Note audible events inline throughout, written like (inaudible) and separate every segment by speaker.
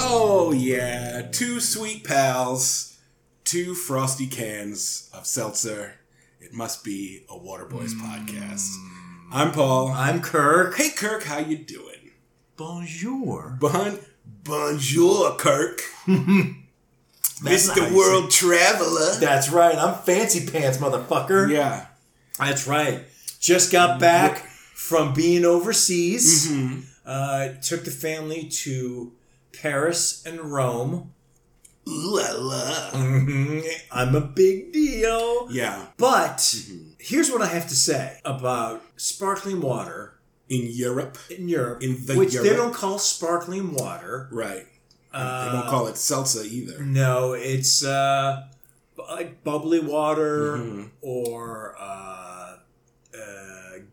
Speaker 1: Oh, pals two frosty cans of seltzer. It must be a Waterboys podcast. I'm Paul.
Speaker 2: Hmm. I'm Kirk.
Speaker 1: hey, Kirk, how you doing?
Speaker 2: Bonjour.
Speaker 1: Bon, bonjour, Kirk.
Speaker 2: (laughs) That's
Speaker 1: Mr.
Speaker 2: how you
Speaker 1: World Traveler.
Speaker 2: That's right. I'm fancy pants, motherfucker.
Speaker 1: yeah.
Speaker 2: That's right. Just got back from being
Speaker 1: Mm-hmm.
Speaker 2: overseas. Uh, took the family to Paris and Rome.
Speaker 1: Ooh la la.
Speaker 2: Mhm. I'm a big deal.
Speaker 1: Yeah.
Speaker 2: But
Speaker 1: Mm-hmm.
Speaker 2: here's what I have to say about sparkling water
Speaker 1: In Europe.
Speaker 2: in Europe,
Speaker 1: In the
Speaker 2: which they
Speaker 1: Europe.
Speaker 2: don't call sparkling water.
Speaker 1: Right.
Speaker 2: Uh,
Speaker 1: they don't call it seltzer either.
Speaker 2: No, it's uh, bu- like bubbly water
Speaker 1: Mhm.
Speaker 2: or uh, uh,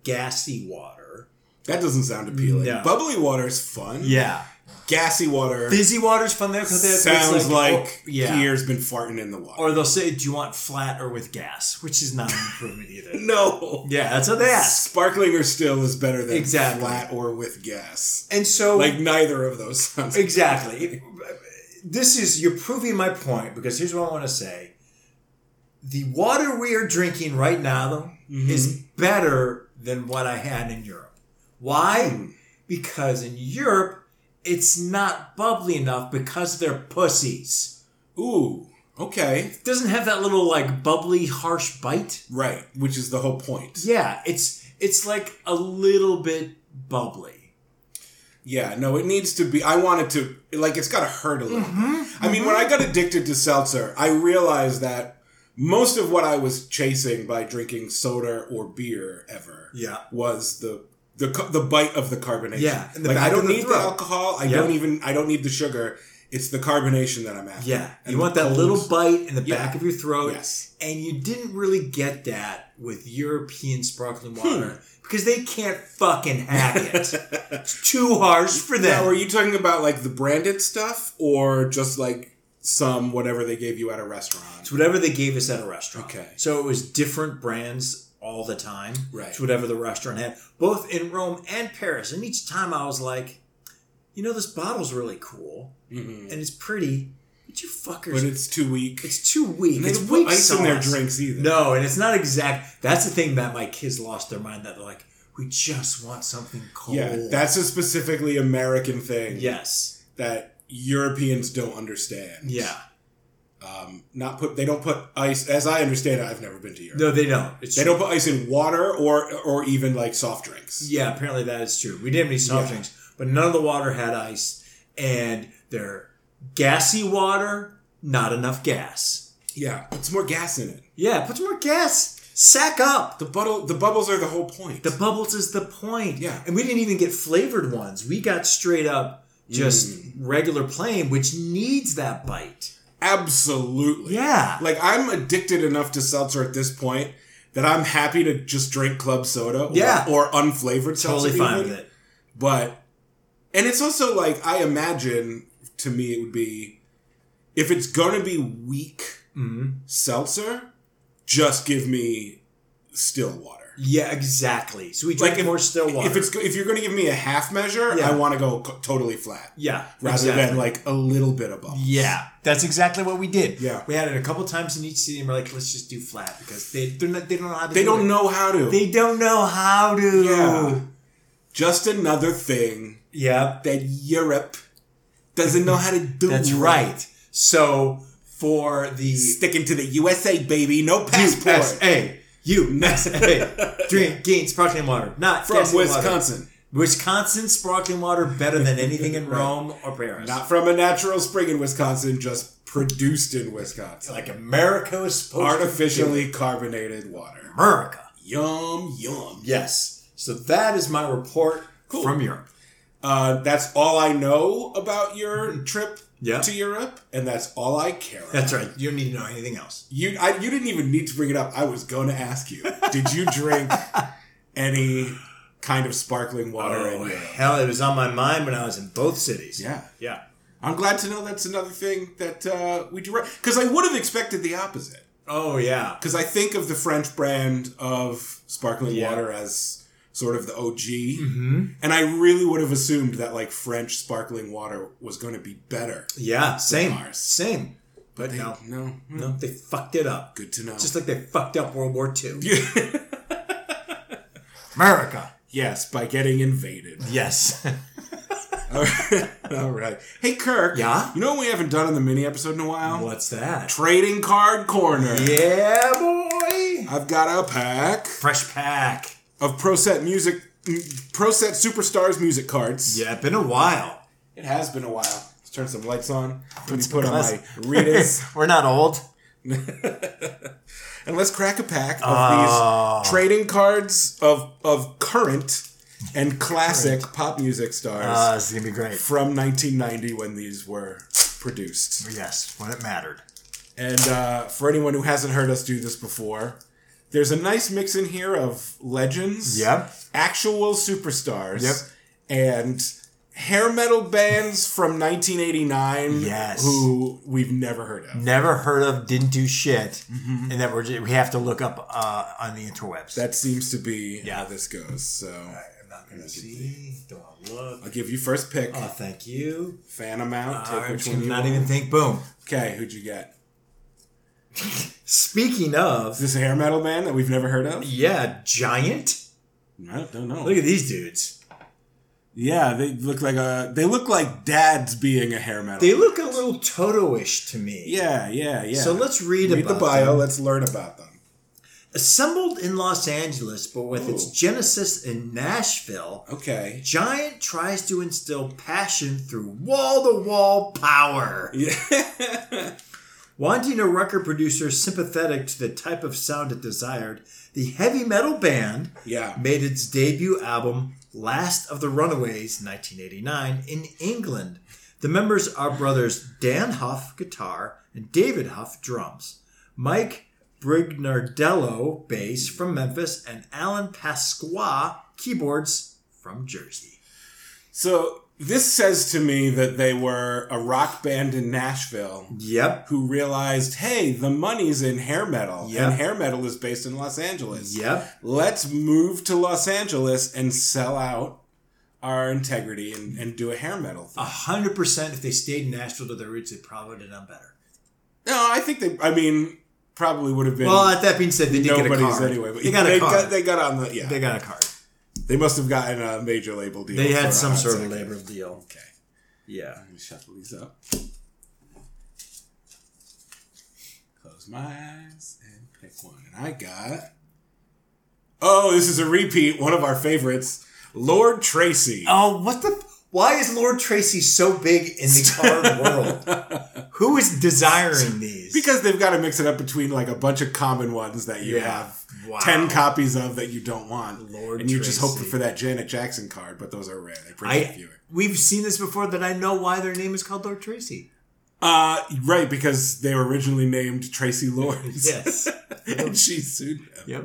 Speaker 2: gassy water.
Speaker 1: That doesn't sound appealing.
Speaker 2: No.
Speaker 1: Bubbly water is fun.
Speaker 2: Yeah,
Speaker 1: Gassy water
Speaker 2: fizzy water's fun there because it oh,
Speaker 1: sounds like,
Speaker 2: yeah.
Speaker 1: Pierre's been farting in the water.
Speaker 2: Or they'll say, "Do you want flat or with gas?" Which is not an improvement either.
Speaker 1: (laughs) no.
Speaker 2: yeah, that's what they ask.
Speaker 1: Sparkling or still is better than
Speaker 2: Exactly.
Speaker 1: flat or with gas.
Speaker 2: And so,
Speaker 1: Like neither of those sounds.
Speaker 2: exactly, this is you're proving my point because here's what I want to say: the water we are drinking right now, though,
Speaker 1: Mm-hmm.
Speaker 2: is better than what I had in Europe. Why?
Speaker 1: Hmm.
Speaker 2: Because in Europe, it's not bubbly enough because they're pussies.
Speaker 1: Ooh. Okay.
Speaker 2: It doesn't have that little like bubbly harsh bite.
Speaker 1: Right. Which is the whole point.
Speaker 2: Yeah, it's it's like a little bit bubbly.
Speaker 1: Yeah, no, it needs to be. I wanted to like it's got to hurt a little.
Speaker 2: Mm-hmm.
Speaker 1: I mean, when I got addicted to seltzer, I realized that most of what I was chasing by drinking soda or beer ever
Speaker 2: Yeah.
Speaker 1: was the the ca- the bite of the carbonation.
Speaker 2: Yeah, in the
Speaker 1: like
Speaker 2: back
Speaker 1: I don't
Speaker 2: of the
Speaker 1: need the
Speaker 2: throat.
Speaker 1: alcohol. I
Speaker 2: Yeah.
Speaker 1: don't even I don't need the sugar. It's the carbonation that I'm after.
Speaker 2: Yeah.
Speaker 1: And
Speaker 2: you
Speaker 1: the
Speaker 2: want that
Speaker 1: cold-
Speaker 2: little bite in the
Speaker 1: Yeah.
Speaker 2: back of your throat.
Speaker 1: Yes.
Speaker 2: And you didn't really get that with European sparkling
Speaker 1: Hmm.
Speaker 2: water because they can't fucking hack
Speaker 1: (laughs)
Speaker 2: it. it's too harsh for them.
Speaker 1: Now, are you talking about like the branded stuff or just like some whatever they gave you at a restaurant?
Speaker 2: It's whatever they gave us at a restaurant.
Speaker 1: Okay.
Speaker 2: So it was different brands all the time.
Speaker 1: Right.
Speaker 2: It's whatever the restaurant had, both in Rome and Paris. And each time I was like, you know, this bottle's really cool
Speaker 1: Mhm.
Speaker 2: and it's pretty, but you fuckers,
Speaker 1: But it's
Speaker 2: it's,
Speaker 1: too weak.
Speaker 2: too weak.
Speaker 1: And they
Speaker 2: It's
Speaker 1: don't
Speaker 2: weak
Speaker 1: put ice in their
Speaker 2: sauce.
Speaker 1: drinks either.
Speaker 2: No, and it's not exact. That's the thing that my kids lost their mind that they're like, we just want something cold.
Speaker 1: Yeah, that's a specifically American thing
Speaker 2: Yes.
Speaker 1: that Europeans don't understand.
Speaker 2: Yeah.
Speaker 1: Um, not put they don't put ice as I understand it, I've never been to Europe.
Speaker 2: No, they don't. It's
Speaker 1: They
Speaker 2: true.
Speaker 1: don't put ice in water or or even like soft drinks.
Speaker 2: Yeah, apparently that is true. We didn't have any soft
Speaker 1: Yeah.
Speaker 2: drinks, but none of the water had ice, and their gassy water, not enough gas.
Speaker 1: Yeah. It's more gas in it.
Speaker 2: Yeah, put some more gas. Sack up.
Speaker 1: The bubble the bubbles are the whole point.
Speaker 2: The bubbles is the point.
Speaker 1: Yeah.
Speaker 2: and we didn't even get flavored ones. We got straight up just
Speaker 1: Mm.
Speaker 2: regular plain, which needs that bite.
Speaker 1: Absolutely.
Speaker 2: Yeah,
Speaker 1: Like I'm addicted enough to seltzer at this point that I'm happy to just drink club soda or,
Speaker 2: Yeah.
Speaker 1: or unflavored seltzer.
Speaker 2: totally fine
Speaker 1: even.
Speaker 2: with it.
Speaker 1: But and it's also like I imagine to me it would be if it's gonna be weak
Speaker 2: hmm
Speaker 1: seltzer, just give me still water.
Speaker 2: Yeah, exactly. So we drank
Speaker 1: Like if-
Speaker 2: more still water.
Speaker 1: If it's go- if you're gonna give me a half measure,
Speaker 2: Yeah.
Speaker 1: I want to go co- totally flat
Speaker 2: yeah,
Speaker 1: rather
Speaker 2: exactly.
Speaker 1: than like a little bit of bubbles.
Speaker 2: Yeah, that's exactly what we did.
Speaker 1: Yeah.
Speaker 2: we had it a couple times in each city, and we're like, let's just do flat because they they're not, they don't know how to.
Speaker 1: They
Speaker 2: do
Speaker 1: don't
Speaker 2: it.
Speaker 1: know how to.
Speaker 2: They don't know how to.
Speaker 1: yeah. Just another thing
Speaker 2: Yep.
Speaker 1: that Europe doesn't know how to do.
Speaker 2: That's right. So for the
Speaker 1: Sticking to the USA, baby. No passport.
Speaker 2: USA, you
Speaker 1: (laughs)
Speaker 2: (laughs) USA, drink gain sparkling water, not
Speaker 1: From
Speaker 2: gassy water.
Speaker 1: Wisconsin.
Speaker 2: Wisconsin sparkling water better than anything (laughs) in
Speaker 1: Right.
Speaker 2: Rome or Paris.
Speaker 1: Not from a natural spring in Wisconsin, just produced in Wisconsin.
Speaker 2: like America is supposed to
Speaker 1: Artificially carbonated water.
Speaker 2: do. America.
Speaker 1: Yum, yum.
Speaker 2: Yes. So that is my report
Speaker 1: Cool.
Speaker 2: from Europe.
Speaker 1: Uh, that's all I know about your trip
Speaker 2: Mm-hmm. Yeah.
Speaker 1: to Europe, and that's all I care about.
Speaker 2: That's right. You don't need to know anything else.
Speaker 1: You, I, you didn't even need to bring it up. I was going to ask you Did you
Speaker 2: (laughs)
Speaker 1: drink any kind of sparkling water in Europe?
Speaker 2: hell, it was on my mind when I was in both cities.
Speaker 1: Yeah.
Speaker 2: Oh, Yeah.
Speaker 1: I'm glad to know that's another thing that uh, we direct. Because I would have expected the opposite.
Speaker 2: Oh, yeah.
Speaker 1: because I think of the French brand of sparkling
Speaker 2: Yeah.
Speaker 1: water as sort of the OG,
Speaker 2: Mm-hmm.
Speaker 1: and I really would have assumed that like French sparkling water was going to be better.
Speaker 2: Yeah. Same.
Speaker 1: Mars.
Speaker 2: Same. But
Speaker 1: They-
Speaker 2: no,
Speaker 1: no, Hmm.
Speaker 2: no, they fucked it up.
Speaker 1: Good to know.
Speaker 2: Just like they fucked up World War II.
Speaker 1: Yeah.
Speaker 2: America.
Speaker 1: (laughs) yes, by getting invaded. (laughs)
Speaker 2: Yes. (laughs)
Speaker 1: All right. All right. (laughs) Hey, Kirk.
Speaker 2: Yeah?
Speaker 1: You know what we haven't done in the mini episode in a while?
Speaker 2: What's that?
Speaker 1: Trading card corner.
Speaker 2: Yeah, boy.
Speaker 1: I've got a pack
Speaker 2: Uh, Fresh pack.
Speaker 1: of Pro Set music, mm, Pro Set Superstars music cards.
Speaker 2: Yeah, been a while.
Speaker 1: It has been a while. Let's turn some lights on. Let me
Speaker 2: some
Speaker 1: put on my (laughs)
Speaker 2: glasses.
Speaker 1: readers.
Speaker 2: (laughs) We're not old.
Speaker 1: and let's crack a pack of
Speaker 2: Oh.
Speaker 1: these trading cards of of current and classic pop music stars
Speaker 2: Uh, it's gonna be great.
Speaker 1: from 1990 when these were produced.
Speaker 2: Yes, when it mattered.
Speaker 1: And uh, for anyone who hasn't heard us do this before, there's a nice mix in here of legends,
Speaker 2: Yep.
Speaker 1: actual superstars,
Speaker 2: Yep.
Speaker 1: and hair metal bands from 1989
Speaker 2: Yes.
Speaker 1: who we've never heard of.
Speaker 2: Never heard of, didn't do shit, and that we're ju- we have to look up uh, on the interwebs.
Speaker 1: That seems to be
Speaker 2: Yeah.
Speaker 1: how this goes. So
Speaker 2: I'm not gonna see. Don't wanna look.
Speaker 1: I'll give you first pick.
Speaker 2: Oh, thank you.
Speaker 1: Fan them out. Uh, Take
Speaker 2: I'm
Speaker 1: which
Speaker 2: just
Speaker 1: one
Speaker 2: gonna
Speaker 1: you
Speaker 2: not
Speaker 1: want.
Speaker 2: even think. Boom.
Speaker 1: Okay, who'd you get?
Speaker 2: Speaking
Speaker 1: Is
Speaker 2: of,
Speaker 1: this a hair metal band that we've never heard of?
Speaker 2: yeah, giant.
Speaker 1: I don't know.
Speaker 2: Look at these dudes.
Speaker 1: yeah, they look like a. They look like dads being a hair metal.
Speaker 2: They look a little Toto-ish to me.
Speaker 1: yeah, yeah, yeah.
Speaker 2: So let's read,
Speaker 1: read the
Speaker 2: about
Speaker 1: bio.
Speaker 2: them.
Speaker 1: Let's learn about them.
Speaker 2: Assembled in Los Angeles, but with its
Speaker 1: Ooh.
Speaker 2: genesis in Nashville,
Speaker 1: Okay. (laughs)
Speaker 2: Giant tries to instill passion through wall-to-wall power.
Speaker 1: Yeah.
Speaker 2: Wanting a record producer sympathetic to the type of sound it desired, the heavy metal band
Speaker 1: yeah.
Speaker 2: made its debut album, Last of the Runaways, 1989, in England. The members are brothers Dan Huff, guitar, and David Huff, drums. Mike Brignardello, bass, from Memphis, and Alan Pasqua, keyboards, from Jersey.
Speaker 1: So this says to me that they were a rock band in Nashville
Speaker 2: Yep.
Speaker 1: who realized, hey, the money's in hair metal,
Speaker 2: Yeah.
Speaker 1: and hair metal is based in Los Angeles.
Speaker 2: Yep.
Speaker 1: let's move to Los Angeles and sell out our integrity and, and do a hair metal
Speaker 2: A
Speaker 1: thing.
Speaker 2: hundred percent. If they stayed in Nashville to their roots, they probably would have done better.
Speaker 1: No, I think they, I mean, probably would have been
Speaker 2: Well, at that being said, they did get a
Speaker 1: nobody's
Speaker 2: card
Speaker 1: anyway. But
Speaker 2: they got
Speaker 1: they
Speaker 2: a card.
Speaker 1: Got, they got on the, yeah.
Speaker 2: they
Speaker 1: They,
Speaker 2: got a card.
Speaker 1: must have gotten a major label deal.
Speaker 2: They
Speaker 1: for a
Speaker 2: had some
Speaker 1: hot
Speaker 2: sort of
Speaker 1: second.
Speaker 2: labor deal.
Speaker 1: Okay.
Speaker 2: Yeah.
Speaker 1: Let me shuffle these up. Close my eyes and pick one. And I got. Oh, this is a repeat. One of our favorites. Lord Tracy.
Speaker 2: Oh, what the? Why is Lord Tracy so big in the card world?
Speaker 1: (laughs)
Speaker 2: Who is desiring these?
Speaker 1: Because they've got to mix it up between like a bunch of common ones that you
Speaker 2: Yeah.
Speaker 1: have
Speaker 2: Wow.
Speaker 1: ten copies of that you don't want,
Speaker 2: Lord
Speaker 1: and you just
Speaker 2: Tracy.
Speaker 1: hope for that Janet Jackson card. But those are rare; they print
Speaker 2: I
Speaker 1: a fewer.
Speaker 2: we've seen this before. That I know why their name is called Lord Tracy.
Speaker 1: Uh, right, because they were originally named Tracy Lords.
Speaker 2: Yes.
Speaker 1: (laughs) and she sued them.
Speaker 2: yep.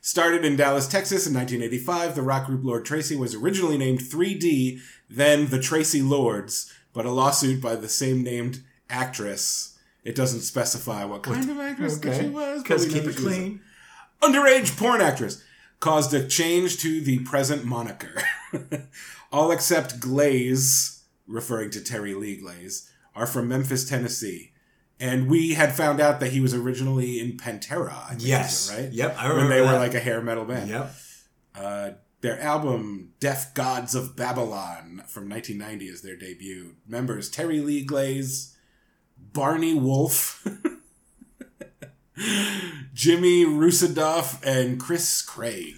Speaker 1: Started in Dallas, Texas in 1985, the rock group Lord Tracy was originally named 3D, then the Tracy Lords, but a lawsuit by the same named actress. It doesn't specify what kind of actress that she was. but
Speaker 2: Because
Speaker 1: we know
Speaker 2: keep
Speaker 1: that
Speaker 2: it
Speaker 1: she was a-
Speaker 2: clean.
Speaker 1: underage porn actress caused a change to the present moniker. (laughs) All except Glaze, referring to Terry Lee Glaze, are from Memphis, Tennessee. And we had found out that he was originally in Pantera. I think,
Speaker 2: Yes.
Speaker 1: right?
Speaker 2: Yep. I
Speaker 1: When
Speaker 2: remember
Speaker 1: they were
Speaker 2: that.
Speaker 1: like a hair metal band.
Speaker 2: Yep.
Speaker 1: Uh, their album, Deaf Gods of Babylon, from 1990 is their debut. Members Terry Lee Glaze, Barney Wolf, (laughs) Jimmy Rusadoff, and Chris Craig.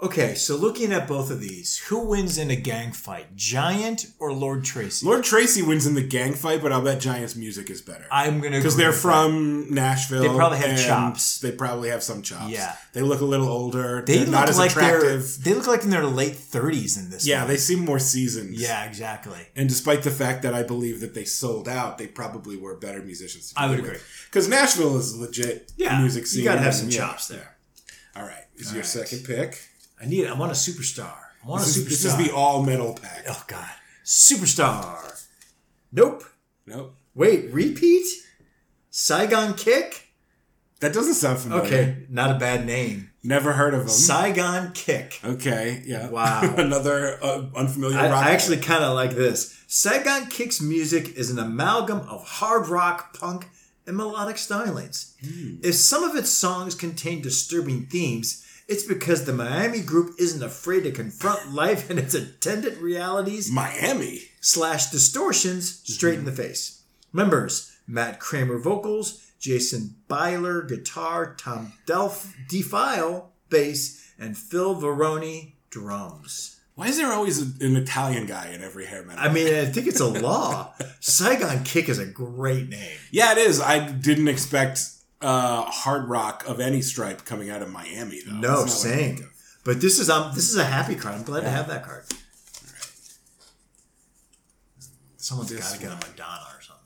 Speaker 2: Okay, so looking at both of these, who wins in a gang fight, Giant or Lord Tracy?
Speaker 1: Lord Tracy wins in the gang fight, but I'll bet Giant's music is better.
Speaker 2: I'm gonna
Speaker 1: Because
Speaker 2: agree
Speaker 1: they're
Speaker 2: with that.
Speaker 1: from Nashville.
Speaker 2: They probably have
Speaker 1: and
Speaker 2: chops.
Speaker 1: They probably have some chops.
Speaker 2: Yeah.
Speaker 1: They look a little older.
Speaker 2: They
Speaker 1: They are
Speaker 2: look
Speaker 1: not as
Speaker 2: like
Speaker 1: attractive.
Speaker 2: they're they look like in their late 30s in this.
Speaker 1: Yeah,
Speaker 2: one.
Speaker 1: they seem more seasoned.
Speaker 2: yeah, exactly.
Speaker 1: And despite the fact that I believe that they sold out, they probably were better musicians.
Speaker 2: I would agree.
Speaker 1: Because Nashville is a legit
Speaker 2: Yeah,
Speaker 1: music scene.
Speaker 2: you gotta have
Speaker 1: and
Speaker 2: some
Speaker 1: yeah.
Speaker 2: chops there.
Speaker 1: All right. Is
Speaker 2: All
Speaker 1: your
Speaker 2: right.
Speaker 1: second pick.
Speaker 2: I need. I want a superstar. I want
Speaker 1: This
Speaker 2: a
Speaker 1: is,
Speaker 2: superstar.
Speaker 1: this is the all metal pack.
Speaker 2: oh god, superstar. Nope.
Speaker 1: Nope.
Speaker 2: Wait, repeat. Saigon Kick.
Speaker 1: That doesn't sound familiar.
Speaker 2: Okay, not a bad name.
Speaker 1: Never heard of them.
Speaker 2: Saigon Kick.
Speaker 1: okay. Yeah.
Speaker 2: Wow.
Speaker 1: (laughs) Another uh, unfamiliar
Speaker 2: I,
Speaker 1: rock.
Speaker 2: I actually kind of like this. Saigon Kick's music is an amalgam of hard rock, punk, and melodic stylings. If some of its songs contain disturbing themes, it's because the Miami group isn't afraid to confront life and its attendant
Speaker 1: Hmm.
Speaker 2: realities
Speaker 1: Miami.
Speaker 2: slash distortions straight in the face. Members Matt Kramer vocals, Jason Byler guitar, Tom Delf Defile bass, and Phil Veroni drums.
Speaker 1: Why is there always a, an Italian guy in every hair metal?
Speaker 2: I mean, I think it's a law. Saigon Kick is a great name.
Speaker 1: yeah, it is. I didn't expect uh, hard rock of any stripe coming out of Miami, though. That's not
Speaker 2: No,
Speaker 1: what I think
Speaker 2: same.
Speaker 1: of.
Speaker 2: But this is um this is a happy card. I'm glad to have that card. Someone's
Speaker 1: This
Speaker 2: got to get a
Speaker 1: one.
Speaker 2: Madonna or something.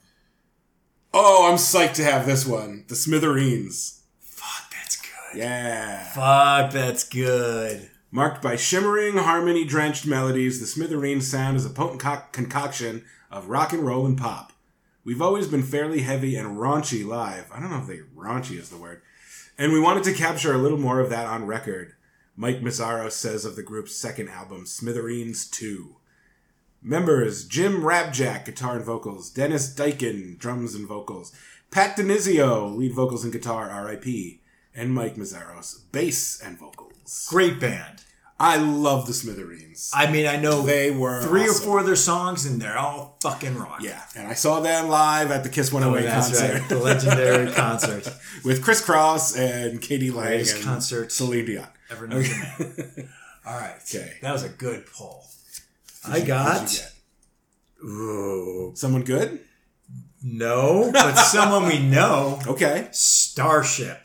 Speaker 1: Oh, I'm psyched to have this one. The Smithereens.
Speaker 2: Fuck, that's good.
Speaker 1: Yeah.
Speaker 2: Fuck, that's good.
Speaker 1: Marked by shimmering, harmony drenched melodies, the Smithereen sound is a potent co- concoction of rock and roll and pop. We've always been fairly heavy and raunchy live. I don't know if they raunchy is the word. And we wanted to capture a little more of that on record. Mike Mazzaro says of the group's second album, Smithereens 2. Members Jim Rabjack, guitar and vocals, Dennis Dykin, drums and vocals, Pat Denizio, lead vocals and guitar, RIP, and Mike Mazzaros, bass and vocals.
Speaker 2: Great band.
Speaker 1: I love the Smithereens.
Speaker 2: I mean, I know
Speaker 1: They were
Speaker 2: three
Speaker 1: awesome.
Speaker 2: or four of their songs, and they're all fucking rock.
Speaker 1: Yeah, and I saw them live at the Kiss
Speaker 2: Oh,
Speaker 1: 108
Speaker 2: that's
Speaker 1: concert
Speaker 2: right.
Speaker 1: (laughs)
Speaker 2: The legendary concert.
Speaker 1: with Chris Cross and Katie Lang
Speaker 2: Greatest
Speaker 1: and
Speaker 2: concert. Mm-hmm.
Speaker 1: Celine Dion.
Speaker 2: Ever known. (laughs) All right.
Speaker 1: Okay.
Speaker 2: That was a good poll.
Speaker 1: Who'd
Speaker 2: I
Speaker 1: you-
Speaker 2: got.
Speaker 1: who'd you get?
Speaker 2: Ooh.
Speaker 1: someone good.
Speaker 2: No, but someone we know.
Speaker 1: Okay.
Speaker 2: Starship.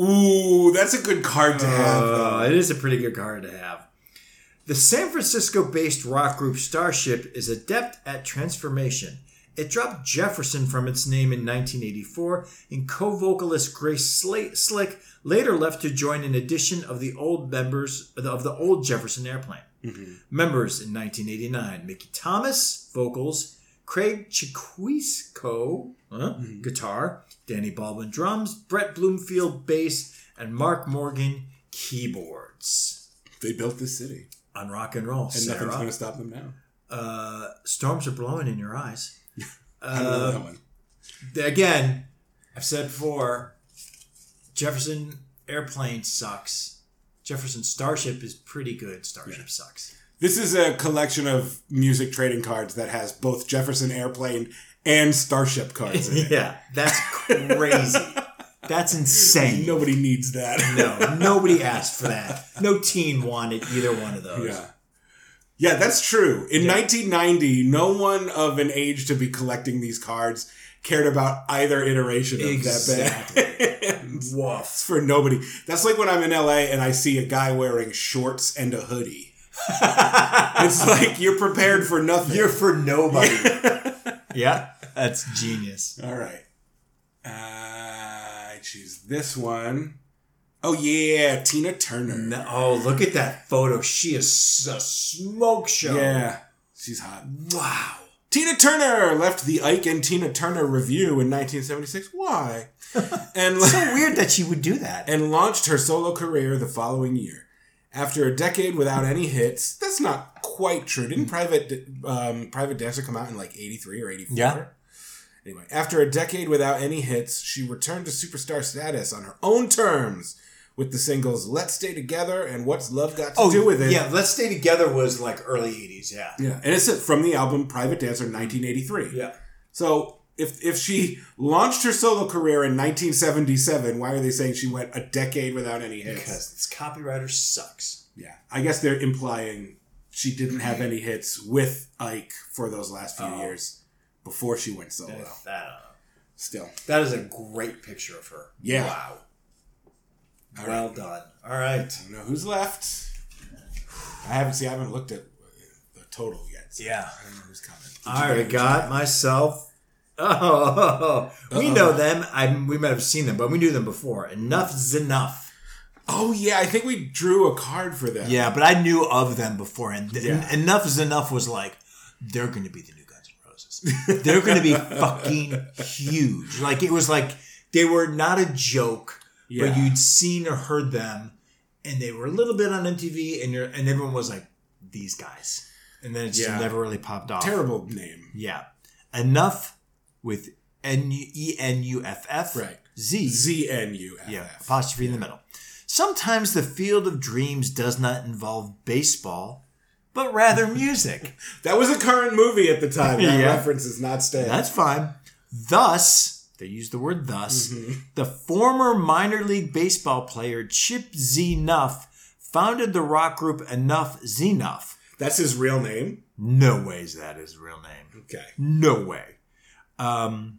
Speaker 1: Ooh, that's a good card to have.
Speaker 2: Oh,
Speaker 1: though.
Speaker 2: it is a pretty good card to have. The San Francisco based rock group Starship is adept at transformation. It dropped Jefferson from its name in 1984, and co vocalist Grace Sla- Slick later left to join an edition of the old members of the old Jefferson Airplane.
Speaker 1: Mm-hmm.
Speaker 2: Members in 1989 Mickey Thomas, vocals, Craig Chiquisco, huh,
Speaker 1: Mm-hmm.
Speaker 2: guitar, Danny Baldwin, drums, Brett Bloomfield, bass, and Mark Morgan, keyboards.
Speaker 1: They built this city,
Speaker 2: On rock and roll,
Speaker 1: and nothing's going
Speaker 2: Sarah.
Speaker 1: to stop them now.
Speaker 2: Uh, storms are blowing in your eyes.
Speaker 1: (laughs) I don't know that
Speaker 2: Uh,
Speaker 1: one.
Speaker 2: again, I've said before, Jefferson Airplane sucks. Jefferson Starship is pretty good. Starship sucks.
Speaker 1: This is a collection of music trading cards that has both Jefferson Airplane and Starship
Speaker 2: (laughs)
Speaker 1: cards in it.
Speaker 2: yeah, that's crazy. that's insane.
Speaker 1: Nobody needs that.
Speaker 2: no, nobody asked for that. No teen wanted either one of those.
Speaker 1: Yeah. Yeah, that's true. In
Speaker 2: Yeah.
Speaker 1: 1990, no one of an age to be collecting these cards cared about either iteration of that band. (laughs) it's
Speaker 2: Woof.
Speaker 1: for nobody. That's like when I'm in LA and I see a guy wearing shorts and a hoodie.
Speaker 2: (laughs)
Speaker 1: It's like you're prepared for nothing. (laughs)
Speaker 2: You're for nobody. yeah, that's genius.
Speaker 1: All right. Uh, I choose this one. Oh, yeah, Tina Turner.
Speaker 2: No, oh, look at that photo. She is a smoke show.
Speaker 1: Yeah, she's hot.
Speaker 2: Wow.
Speaker 1: Tina Turner left the Ike and Tina Turner Review in 1976.
Speaker 2: (laughs)
Speaker 1: Why? and
Speaker 2: It's so weird that she would do that.
Speaker 1: and launched her solo career the following year. After a decade without any hits, that's not quite true.
Speaker 2: Mm.
Speaker 1: Didn't Private um, Private Dancer come out in like 83 or 84?
Speaker 2: Yeah.
Speaker 1: Anyway, after a decade without any hits, she returned to superstar status on her own terms with the singles Let's Stay Together and What's Love Got to Do With It.
Speaker 2: Oh, Yeah, Let's Stay Together was like early 80s. Yeah.
Speaker 1: Yeah. And it's from the album Private Dancer 1983.
Speaker 2: Yeah.
Speaker 1: So if if she launched her solo career in 1977, why are they saying she went a decade without any hits?
Speaker 2: Because this copywriter sucks.
Speaker 1: yeah, I guess they're implying she didn't have any hits with Ike for those last few
Speaker 2: Oh.
Speaker 1: years before she went solo.
Speaker 2: I don't know.
Speaker 1: Still,
Speaker 2: That is a great picture of her.
Speaker 1: Yeah.
Speaker 2: Wow.
Speaker 1: All
Speaker 2: well done. All right.
Speaker 1: I don't know who's left. I haven't see. I haven't looked at the total yet. so
Speaker 2: Yeah.
Speaker 1: I don't know who's coming. Did you
Speaker 2: I already
Speaker 1: get-
Speaker 2: got myself. (laughs) Oh, we
Speaker 1: Uh-oh.
Speaker 2: know them. I we might have seen them, but we knew them before. Enough's enough.
Speaker 1: Oh yeah, I think we drew a card for them.
Speaker 2: Yeah, but I knew of them before, and th-
Speaker 1: Yeah.
Speaker 2: enough is enough was like they're going to be the new Guns N' Roses. they're going to (laughs) be fucking huge. Like it was like they were not a joke, but
Speaker 1: Yeah.
Speaker 2: you'd seen or heard them, and they were a little bit on MTV, and you're and everyone was like these guys, and then it just
Speaker 1: Yeah.
Speaker 2: never really popped off.
Speaker 1: Terrible name.
Speaker 2: Yeah, enough with N E N U F F
Speaker 1: Right.
Speaker 2: Z
Speaker 1: Z N U F
Speaker 2: yeah,
Speaker 1: F.
Speaker 2: apostrophe in the middle. Sometimes the field of dreams does not involve baseball, but rather (laughs) music.
Speaker 1: That was a current movie at the time. That
Speaker 2: (laughs) Yeah.
Speaker 1: reference is not staying.
Speaker 2: That's fine. Thus, they use the word
Speaker 1: Mm-hmm.
Speaker 2: thus, the former minor league baseball player Chip Z. Nuff founded the rock group Enough Z. Nuff.
Speaker 1: That's his real name.
Speaker 2: No ways that is his real name.
Speaker 1: Okay.
Speaker 2: No way. Um,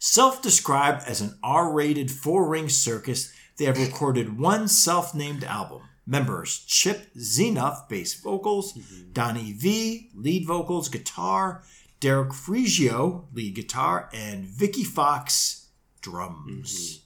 Speaker 2: self described as an R rated four ring circus, they have recorded one self named album. Members Chip Zenoff, bass vocals, Donnie V, lead vocals, guitar, Derek Frigio, lead guitar, and Vicky Fox, drums.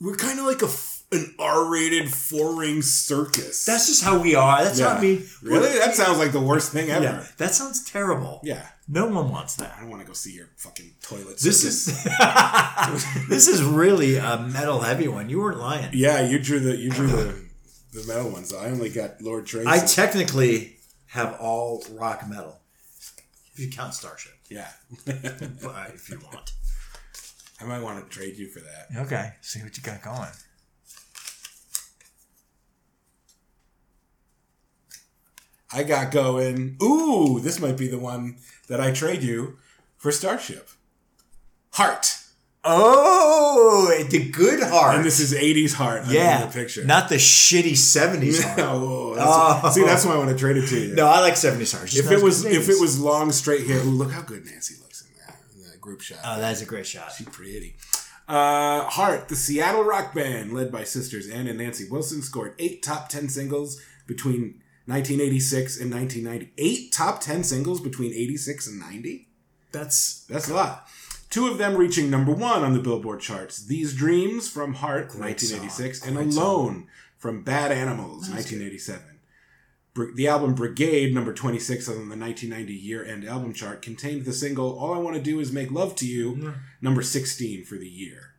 Speaker 1: We're kind of like a f- an R-rated four-ring circus.
Speaker 2: That's just how we are. That's
Speaker 1: yeah.
Speaker 2: how I mean.
Speaker 1: Really? That sounds like the worst thing ever.
Speaker 2: Yeah,
Speaker 1: Yeah.
Speaker 2: that sounds terrible. No one wants that.
Speaker 1: I don't want to go see your fucking toilet.
Speaker 2: This
Speaker 1: circus.
Speaker 2: is (laughs) this is (laughs) really a metal heavy one. You weren't lying.
Speaker 1: Yeah, you drew the you drew the the metal ones. I only got Lord Tracy.
Speaker 2: I technically have all rock metal. If you count Starship,
Speaker 1: yeah. (laughs)
Speaker 2: but if you want.
Speaker 1: I might want to trade you for that.
Speaker 2: Okay, see what you got going.
Speaker 1: I got going. Ooh, this might be the one that I trade you for Starship. Heart.
Speaker 2: Oh, the good heart.
Speaker 1: And this is 80s heart. I'm
Speaker 2: yeah,
Speaker 1: in the picture. (laughs)
Speaker 2: not the shitty seventies heart.
Speaker 1: oh, that's-
Speaker 2: Oh.
Speaker 1: See, that's why I want to trade it to you.
Speaker 2: No, I like seventies heart. Just
Speaker 1: if it
Speaker 2: not
Speaker 1: was
Speaker 2: the
Speaker 1: if
Speaker 2: 80s.
Speaker 1: it was long straight hair, ooh, look how good Nancy looks in that, in that group shot.
Speaker 2: oh, that's a great shot.
Speaker 1: She's pretty. Uh, Heart, the Seattle rock band led by sisters Ann and Nancy Wilson, scored eight top ten singles between 1986 and 1990. Eight top ten singles between 86 and 90.
Speaker 2: That's
Speaker 1: That's a lot. Two of them reaching number one on the Billboard charts. These Dreams from Heart,
Speaker 2: Great
Speaker 1: 1986,
Speaker 2: song.
Speaker 1: and
Speaker 2: Great
Speaker 1: Alone from Bad Animals, 1987. Br- The album Brigade, number 26 on the 1990 year end album chart, contained the single All I Want to Do Is Make Love to You, number 16 for the year.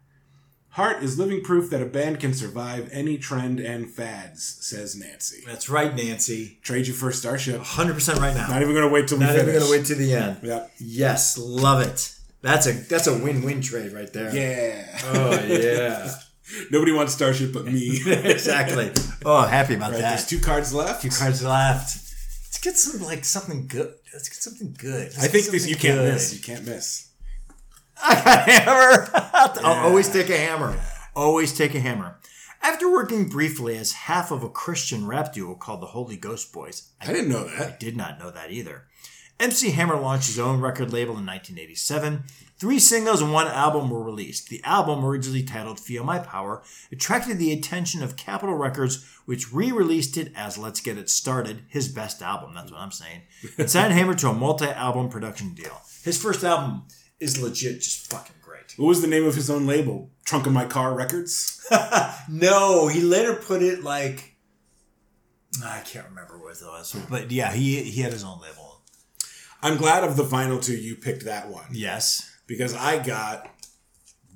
Speaker 1: Heart is living proof that a band can survive any trend and fads, says Nancy.
Speaker 2: that's right, Nancy.
Speaker 1: Trade you for
Speaker 2: (sighs)
Speaker 1: Starship.
Speaker 2: Hundred percent right now.
Speaker 1: Not even going to wait till we
Speaker 2: Not
Speaker 1: finish.
Speaker 2: even gonna wait to the end.
Speaker 1: Yep.
Speaker 2: Yes, love it. That's a that's a win win trade right there.
Speaker 1: Yeah. (laughs)
Speaker 2: Oh (laughs) yeah.
Speaker 1: Nobody wants Starship but
Speaker 2: (laughs)
Speaker 1: me. (laughs)
Speaker 2: exactly. Oh, happy about
Speaker 1: Right,
Speaker 2: that.
Speaker 1: there's two cards left.
Speaker 2: Two cards left. Let's get some like something good. Let's get something good. Let's
Speaker 1: I
Speaker 2: get
Speaker 1: think this
Speaker 2: something
Speaker 1: you can't
Speaker 2: good.
Speaker 1: miss. You can't miss.
Speaker 2: (laughs) I got a hammer. (laughs) I'll always take a hammer. Always take a hammer. After working briefly as half of a Christian rap duo called the Holy Ghost Boys,
Speaker 1: I didn't know
Speaker 2: I
Speaker 1: that.
Speaker 2: did not know that either. MC Hammer launched his own record label in 1987. Three singles and one album were released. The album, originally titled Feel My Power, attracted the attention of Capitol Records, which re released it as Let's Get It Started, his best album, that's what I'm saying, and signed Hammer to a multi album production deal. His first album is legit just fucking great.
Speaker 1: What was the name of his own label? Trunk of My Car Records.
Speaker 2: No, he later put it like. I can't remember what it was, but yeah, he, he had his own label.
Speaker 1: I'm glad of the final two you picked that one
Speaker 2: Yes.
Speaker 1: because I got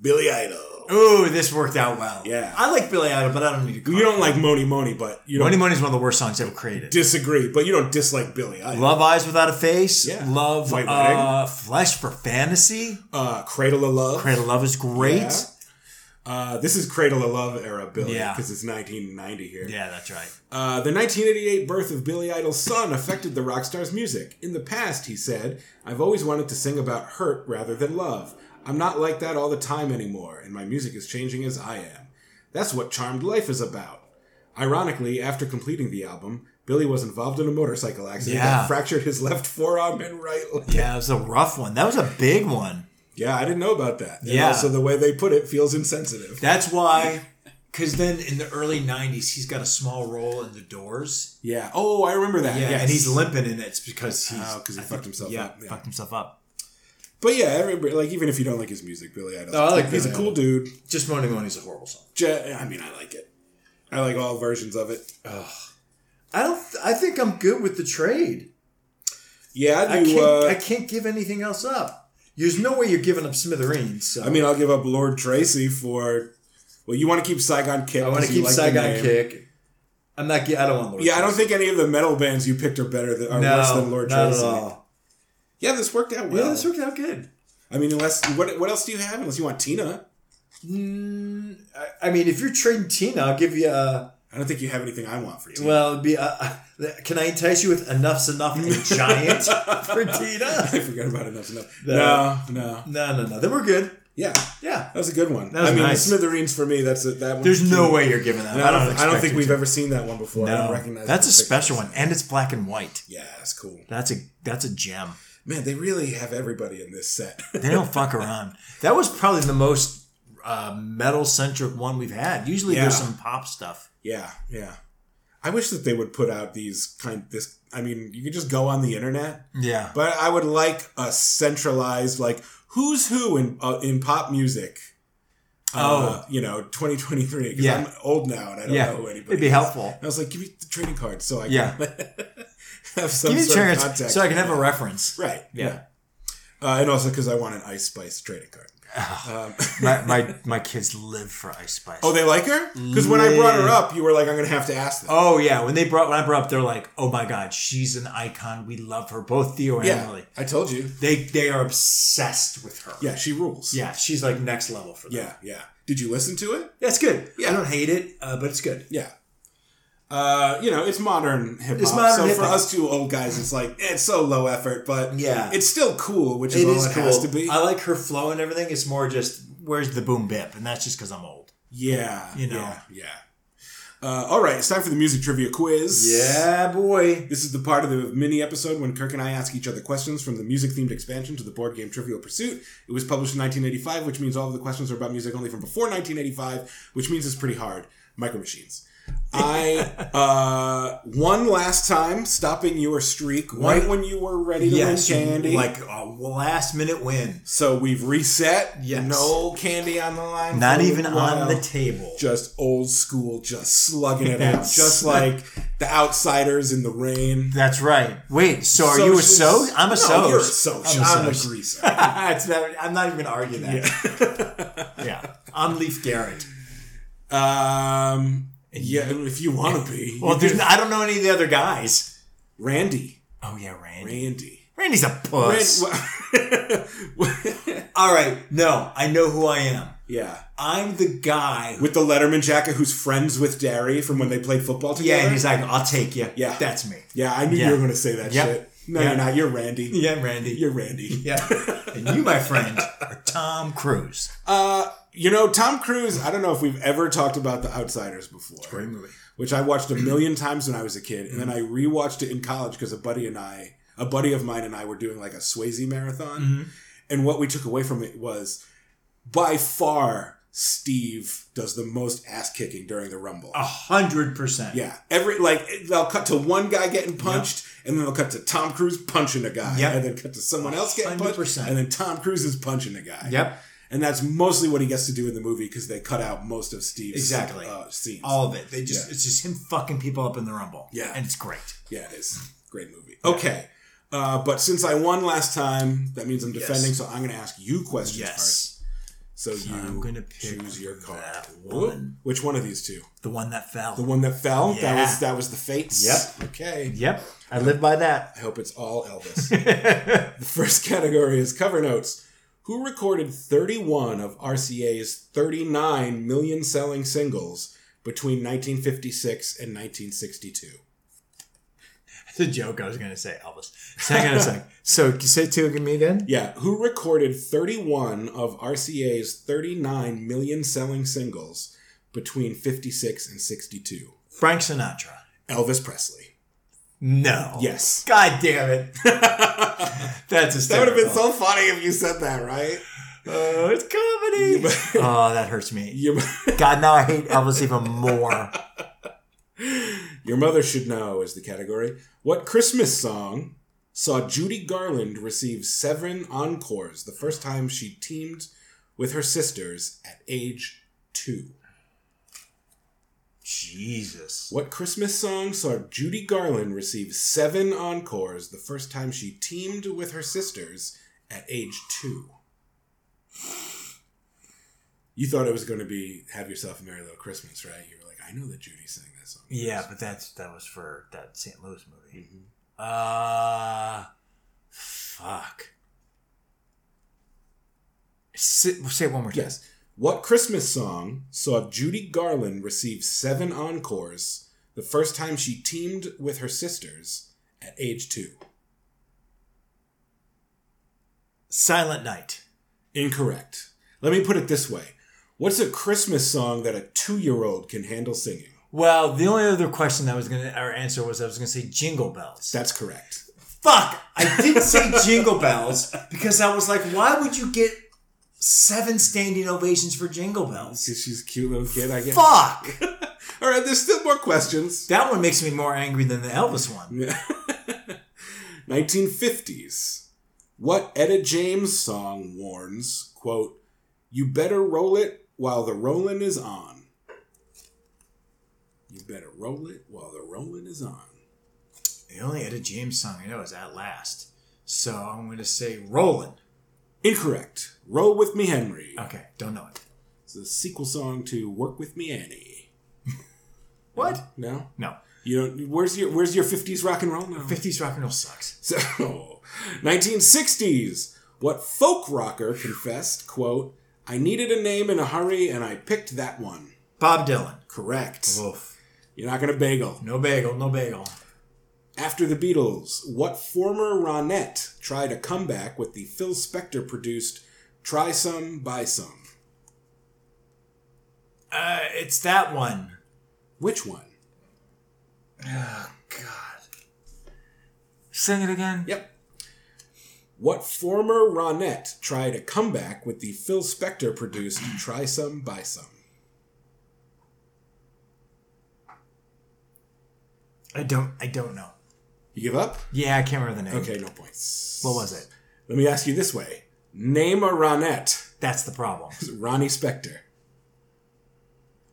Speaker 1: Billy Idol.
Speaker 2: Ooh, this worked out well.
Speaker 1: Yeah.
Speaker 2: I like Billy Idol, but I don't need to call
Speaker 1: You don't like Money Money, but you don't
Speaker 2: Money Money is one of the worst songs ever created.
Speaker 1: disagree. But you don't dislike Billy Idol.
Speaker 2: Love Eyes Without a Face.
Speaker 1: Yeah.
Speaker 2: Love
Speaker 1: White
Speaker 2: uh, Flesh for Fantasy.
Speaker 1: Uh, Cradle of Love.
Speaker 2: Cradle of Love is great.
Speaker 1: Yeah. Uh, this is Cradle of Love era Billy
Speaker 2: Yeah.
Speaker 1: because it's 1990 here.
Speaker 2: Yeah, that's right.
Speaker 1: Uh, the 1988 birth of Billy Idol's son affected the rock star's music. In the past, he said, I've always wanted to sing about hurt rather than love. I'm not like that all the time anymore, and my music is changing as I am. That's what Charmed Life is about. Ironically, after completing the album, Billy was involved in a motorcycle accident
Speaker 2: Yeah.
Speaker 1: that fractured his left forearm and right leg.
Speaker 2: Yeah, it was a rough one. That was a big one.
Speaker 1: Yeah, I didn't know about that. And
Speaker 2: Yeah.
Speaker 1: Also, the way they put it feels insensitive.
Speaker 2: That's why, because then in the early 90s, he's got a small role in The Doors.
Speaker 1: Yeah. Oh, I remember that.
Speaker 2: Yeah,
Speaker 1: Yes.
Speaker 2: and he's limping in it. It's because he's.
Speaker 1: Oh, 'cause he
Speaker 2: I
Speaker 1: fucked himself
Speaker 2: yeah,
Speaker 1: up. Yeah.
Speaker 2: fucked himself up.
Speaker 1: But yeah, everybody, like even if you don't like his music, Billy Idol.
Speaker 2: No, Oh, I like
Speaker 1: He's
Speaker 2: Billy
Speaker 1: a cool
Speaker 2: Idol.
Speaker 1: dude.
Speaker 2: Just Money Money's a horrible song.
Speaker 1: Je- I mean, I like it. I like all versions of it.
Speaker 2: I don't. I think I'm good with the trade.
Speaker 1: Yeah,
Speaker 2: I
Speaker 1: I
Speaker 2: can't,
Speaker 1: do. uh,
Speaker 2: I can't give anything else up. There's no way you're giving up smithereens. So.
Speaker 1: uh, I mean, I'll give up Lord Tracy for. Well, you want to keep Saigon Kick.
Speaker 2: I want
Speaker 1: 'cause
Speaker 2: to
Speaker 1: you
Speaker 2: keep
Speaker 1: like the
Speaker 2: Saigon
Speaker 1: name.
Speaker 2: Kick. I'm not. gi- I don't want Lord.
Speaker 1: Yeah, I don't
Speaker 2: Tracy.
Speaker 1: think any of the metal bands you picked are better than are
Speaker 2: no,
Speaker 1: worse than Lord
Speaker 2: not
Speaker 1: Tracy.
Speaker 2: at all.
Speaker 1: Yeah, this worked out well.
Speaker 2: yeah, this worked out good.
Speaker 1: I mean, unless what what else do you have? Unless you want Tina,
Speaker 2: Mm, I, I mean, if you're trading Tina, I'll give you a.
Speaker 1: I don't think you have anything I want for Tina.
Speaker 2: Well, it'd be a, a- Can I entice you with enough's enough and giant for Tina?
Speaker 1: (laughs) I forgot about it. That's enough. No,
Speaker 2: The-
Speaker 1: no.
Speaker 2: No, no, no. Then we're good.
Speaker 1: Yeah, that
Speaker 2: Yeah.
Speaker 1: was a good one.
Speaker 2: That was
Speaker 1: I mean,
Speaker 2: nice.
Speaker 1: the smithereens for me. That's a, that one.
Speaker 2: There's no way you're giving that.
Speaker 1: Mm. No, I don't. I don't
Speaker 2: expect
Speaker 1: think
Speaker 2: you
Speaker 1: we've
Speaker 2: to.
Speaker 1: ever seen that one before. I don't recognize.
Speaker 2: that's a
Speaker 1: the pictures.
Speaker 2: special one, and it's black and white.
Speaker 1: Yeah, that's cool.
Speaker 2: That's a that's a gem.
Speaker 1: Man, they really have everybody in this set. (laughs)
Speaker 2: They don't fuck around. That was probably the most uh, metal centric one we've had. Usually there's
Speaker 1: Yeah.
Speaker 2: some pop stuff.
Speaker 1: yeah, yeah. I wish that they would put out these kind. This, I mean, you could just go on the internet,
Speaker 2: Yeah,
Speaker 1: but I would like a centralized, like who's who in uh, in pop music. uh, you know, 2023. Because
Speaker 2: Oh. Yeah.
Speaker 1: I'm old now and I don't
Speaker 2: yeah,
Speaker 1: know who anybody.
Speaker 2: it'd be
Speaker 1: is.
Speaker 2: helpful.
Speaker 1: I was like, give me the trading card so I can (laughs)
Speaker 2: Yeah.
Speaker 1: have some
Speaker 2: Give me the
Speaker 1: sort of
Speaker 2: trigger
Speaker 1: contact.
Speaker 2: so I can have a reference.
Speaker 1: right.
Speaker 2: Yeah.
Speaker 1: Uh, and also because I want an Ice Spice trading card.
Speaker 2: (sighs)
Speaker 1: Um, (laughs)
Speaker 2: (laughs) my, my my kids live for Ice Spice.
Speaker 1: oh, they like her? Because when I brought her
Speaker 2: Live.
Speaker 1: up, you were like, I'm going to have to ask them.
Speaker 2: oh yeah. When they brought when I brought up, they're like, oh my god, she's an icon. We love her. Both Theo and
Speaker 1: yeah.
Speaker 2: Emily.
Speaker 1: I told you.
Speaker 2: They they are obsessed with her.
Speaker 1: Yeah, she rules.
Speaker 2: yeah. She's like next level for them.
Speaker 1: Yeah, yeah. Did you listen to it?
Speaker 2: that's good.
Speaker 1: Yeah.
Speaker 2: I don't hate it, uh, but it's good.
Speaker 1: Yeah. Uh, you know, it's modern hip
Speaker 2: It's
Speaker 1: hop.
Speaker 2: modern
Speaker 1: So
Speaker 2: hip
Speaker 1: for
Speaker 2: hop.
Speaker 1: us two old guys, it's like, eh, it's so low effort, but
Speaker 2: Yeah.
Speaker 1: it's still cool, which is
Speaker 2: It
Speaker 1: all
Speaker 2: is
Speaker 1: it
Speaker 2: cool.
Speaker 1: has to be.
Speaker 2: I like her flow and everything. It's more just where's the boom bip, and that's just because I'm old.
Speaker 1: yeah.
Speaker 2: You know.
Speaker 1: Yeah. yeah. Uh, all right, it's time for the music trivia quiz.
Speaker 2: boy.
Speaker 1: This is the part of the mini episode when Kirk and I ask each other questions from the music themed expansion to the board game Trivial Pursuit. It was published in 1985, which means all of the questions are about music only from before 1985, which means it's pretty hard. Micro Machines.
Speaker 2: (laughs)
Speaker 1: I uh, won last time, stopping your streak right when you were ready to
Speaker 2: Yes,
Speaker 1: win candy.
Speaker 2: like a last minute win.
Speaker 1: so we've reset.
Speaker 2: Yes.
Speaker 1: No candy on the line.
Speaker 2: Not
Speaker 1: for a
Speaker 2: even on
Speaker 1: while
Speaker 2: the table.
Speaker 1: just old school, just slugging it out,
Speaker 2: Yes.
Speaker 1: just like the outsiders in the rain.
Speaker 2: That's right. Wait, so are you a so? I'm
Speaker 1: no,
Speaker 2: a so.
Speaker 1: You're a soch.
Speaker 2: I'm
Speaker 1: I'm
Speaker 2: a
Speaker 1: a,
Speaker 2: soch.
Speaker 1: greaser.
Speaker 2: (laughs) it's not, I'm not even arguing that. Yeah.
Speaker 1: (laughs)
Speaker 2: I'm Leaf Garrett.
Speaker 1: um, yeah, if you want to be,
Speaker 2: Well,
Speaker 1: you
Speaker 2: there's,
Speaker 1: do.
Speaker 2: I don't know any of the other guys.
Speaker 1: Randy.
Speaker 2: Oh yeah, Randy.
Speaker 1: Randy.
Speaker 2: Randy's a puss.
Speaker 1: Ran- (laughs)
Speaker 2: All right, no, I know who I am.
Speaker 1: yeah,
Speaker 2: I'm the guy. Who,
Speaker 1: with the Letterman jacket, who's friends with Derry from when they played football together.
Speaker 2: yeah, and he's like, "I'll take you."
Speaker 1: Yeah.
Speaker 2: that's me.
Speaker 1: yeah, I knew
Speaker 2: Yeah.
Speaker 1: you were going to say that
Speaker 2: Yep.
Speaker 1: shit. No,
Speaker 2: Yeah.
Speaker 1: you're not. You're Randy.
Speaker 2: Yeah, Randy.
Speaker 1: You're Randy.
Speaker 2: Yeah. (laughs) And you, my friend, are Tom Cruise.
Speaker 1: Uh, you know, Tom Cruise. I don't know if we've ever talked about The Outsiders before.
Speaker 2: movie.
Speaker 1: which I watched a
Speaker 2: (clears throat)
Speaker 1: million times when I was a kid, and then I rewatched it in college because a buddy and I, a buddy of mine and I, were doing like a Swayze marathon,
Speaker 2: Mm-hmm.
Speaker 1: and what we took away from it was, by far, Steve does the most ass kicking during the Rumble.
Speaker 2: A hundred percent.
Speaker 1: Yeah, every like they'll cut to one guy getting punched, and then they'll cut to Tom Cruise punching a guy,
Speaker 2: Yep.
Speaker 1: and then cut to someone else getting punched,
Speaker 2: 100%.
Speaker 1: and then Tom Cruise is punching a guy.
Speaker 2: Yep.
Speaker 1: And that's mostly what he gets to do in the movie because they cut out most of Steve's
Speaker 2: Exactly.
Speaker 1: uh, scenes.
Speaker 2: All of it. They just
Speaker 1: Yeah.
Speaker 2: it's just him fucking people up in the rumble.
Speaker 1: Yeah.
Speaker 2: And it's great.
Speaker 1: Yeah, it is. Great movie. Okay. Uh, but since I won last time, that means I'm defending, so I'm going to ask you questions first.
Speaker 2: Yes.
Speaker 1: So you
Speaker 2: I'm gonna pick
Speaker 1: choose your card.
Speaker 2: that
Speaker 1: Whoop.
Speaker 2: one.
Speaker 1: Which one of these two?
Speaker 2: The one that fell.
Speaker 1: The one that fell? That
Speaker 2: Yeah.
Speaker 1: was that was the fates.
Speaker 2: Yep.
Speaker 1: Okay.
Speaker 2: Yep. I live by that. (laughs)
Speaker 1: I hope it's all Elvis. (laughs) the first category is cover notes. Who recorded 31 of RCA's 39 million selling singles between 1956 and 1962?
Speaker 2: That's a joke I was gonna say, Elvis. Second
Speaker 1: (laughs)
Speaker 2: a second. So say two again me again?
Speaker 1: Yeah, who recorded 31 of RCA's 39 million selling singles between 56 and 62?
Speaker 2: Frank Sinatra.
Speaker 1: Elvis Presley.
Speaker 2: No.
Speaker 1: Yes. (laughs)
Speaker 2: God damn it. (laughs)
Speaker 1: that
Speaker 2: That's a
Speaker 1: would have been so funny if you said that, right?
Speaker 2: Oh, it's comedy. (laughs) oh, that hurts me.
Speaker 1: Your,
Speaker 2: God, now I hate Elvis even more.
Speaker 1: your mother should know is the category. What Christmas song saw Judy Garland receive seven encores the first time she teamed with her sisters at age two?
Speaker 2: Jesus.
Speaker 1: What Christmas song saw Judy Garland receive seven encores the first time she teamed with her sisters at age two? You thought it was going to be "Have Yourself a Merry Little Christmas," right? You were like, "I know that Judy sang that song." Mm-hmm.
Speaker 2: Yeah, but that's that was for that St. Louis movie. Uh fuck. Say, say it one more time.
Speaker 1: Yes. What Christmas song saw Judy Garland receive seven encores the first time she teamed with her sisters at age two?
Speaker 2: Silent Night.
Speaker 1: Incorrect. Let me put it this way What's a Christmas song that a two year old can handle singing?
Speaker 2: Well, the only other question I was gonna our answer was I was gonna say Jingle Bells.
Speaker 1: That's correct.
Speaker 2: Fuck! I did say Jingle Bells because I was like, why would you get seven standing ovations for Jingle Bells?
Speaker 1: Because she's a cute little kid, I guess.
Speaker 2: Fuck!
Speaker 1: All right, there's still more questions. (laughs)
Speaker 2: That one makes me more angry than the Elvis one.
Speaker 1: 1950s. What Etta James song warns, quote, you better roll it while the rolling is on. You better roll it while the rolling is on.
Speaker 2: The only Etta James song I know is At Last. So I'm gonna say Rollin'.
Speaker 1: Incorrect. Roll with me, Henry.
Speaker 2: Okay, don't know it.
Speaker 1: It's a sequel song to Work with Me, Annie.
Speaker 2: What?
Speaker 1: No,
Speaker 2: No.
Speaker 1: you don't. Where's your Where's your 50s rock and roll now?
Speaker 2: 50s rock and roll sucks.
Speaker 1: (laughs) So, 1960s. What folk rocker confessed, quote, I needed a name in a hurry and I picked that one.
Speaker 2: Bob Dylan.
Speaker 1: Correct.
Speaker 2: Woof.
Speaker 1: You're not going to bagel.
Speaker 2: No bagel, no bagel.
Speaker 1: After the Beatles, what former Ronette tried a comeback with the Phil Spector produced Try Some, Buy Some?
Speaker 2: Uh, it's that one.
Speaker 1: Which one?
Speaker 2: Oh, God. Sing it again.
Speaker 1: Yep. What former Ronette tried a comeback with the Phil Spector produced Try Some, Buy Some?
Speaker 2: I don't. I don't know.
Speaker 1: You give up?
Speaker 2: Yeah, I can't remember the name.
Speaker 1: Okay, no points.
Speaker 2: What was it?
Speaker 1: Let me ask you this way. Name a Ronette.
Speaker 2: That's the problem. (laughs)
Speaker 1: Ronnie Spector.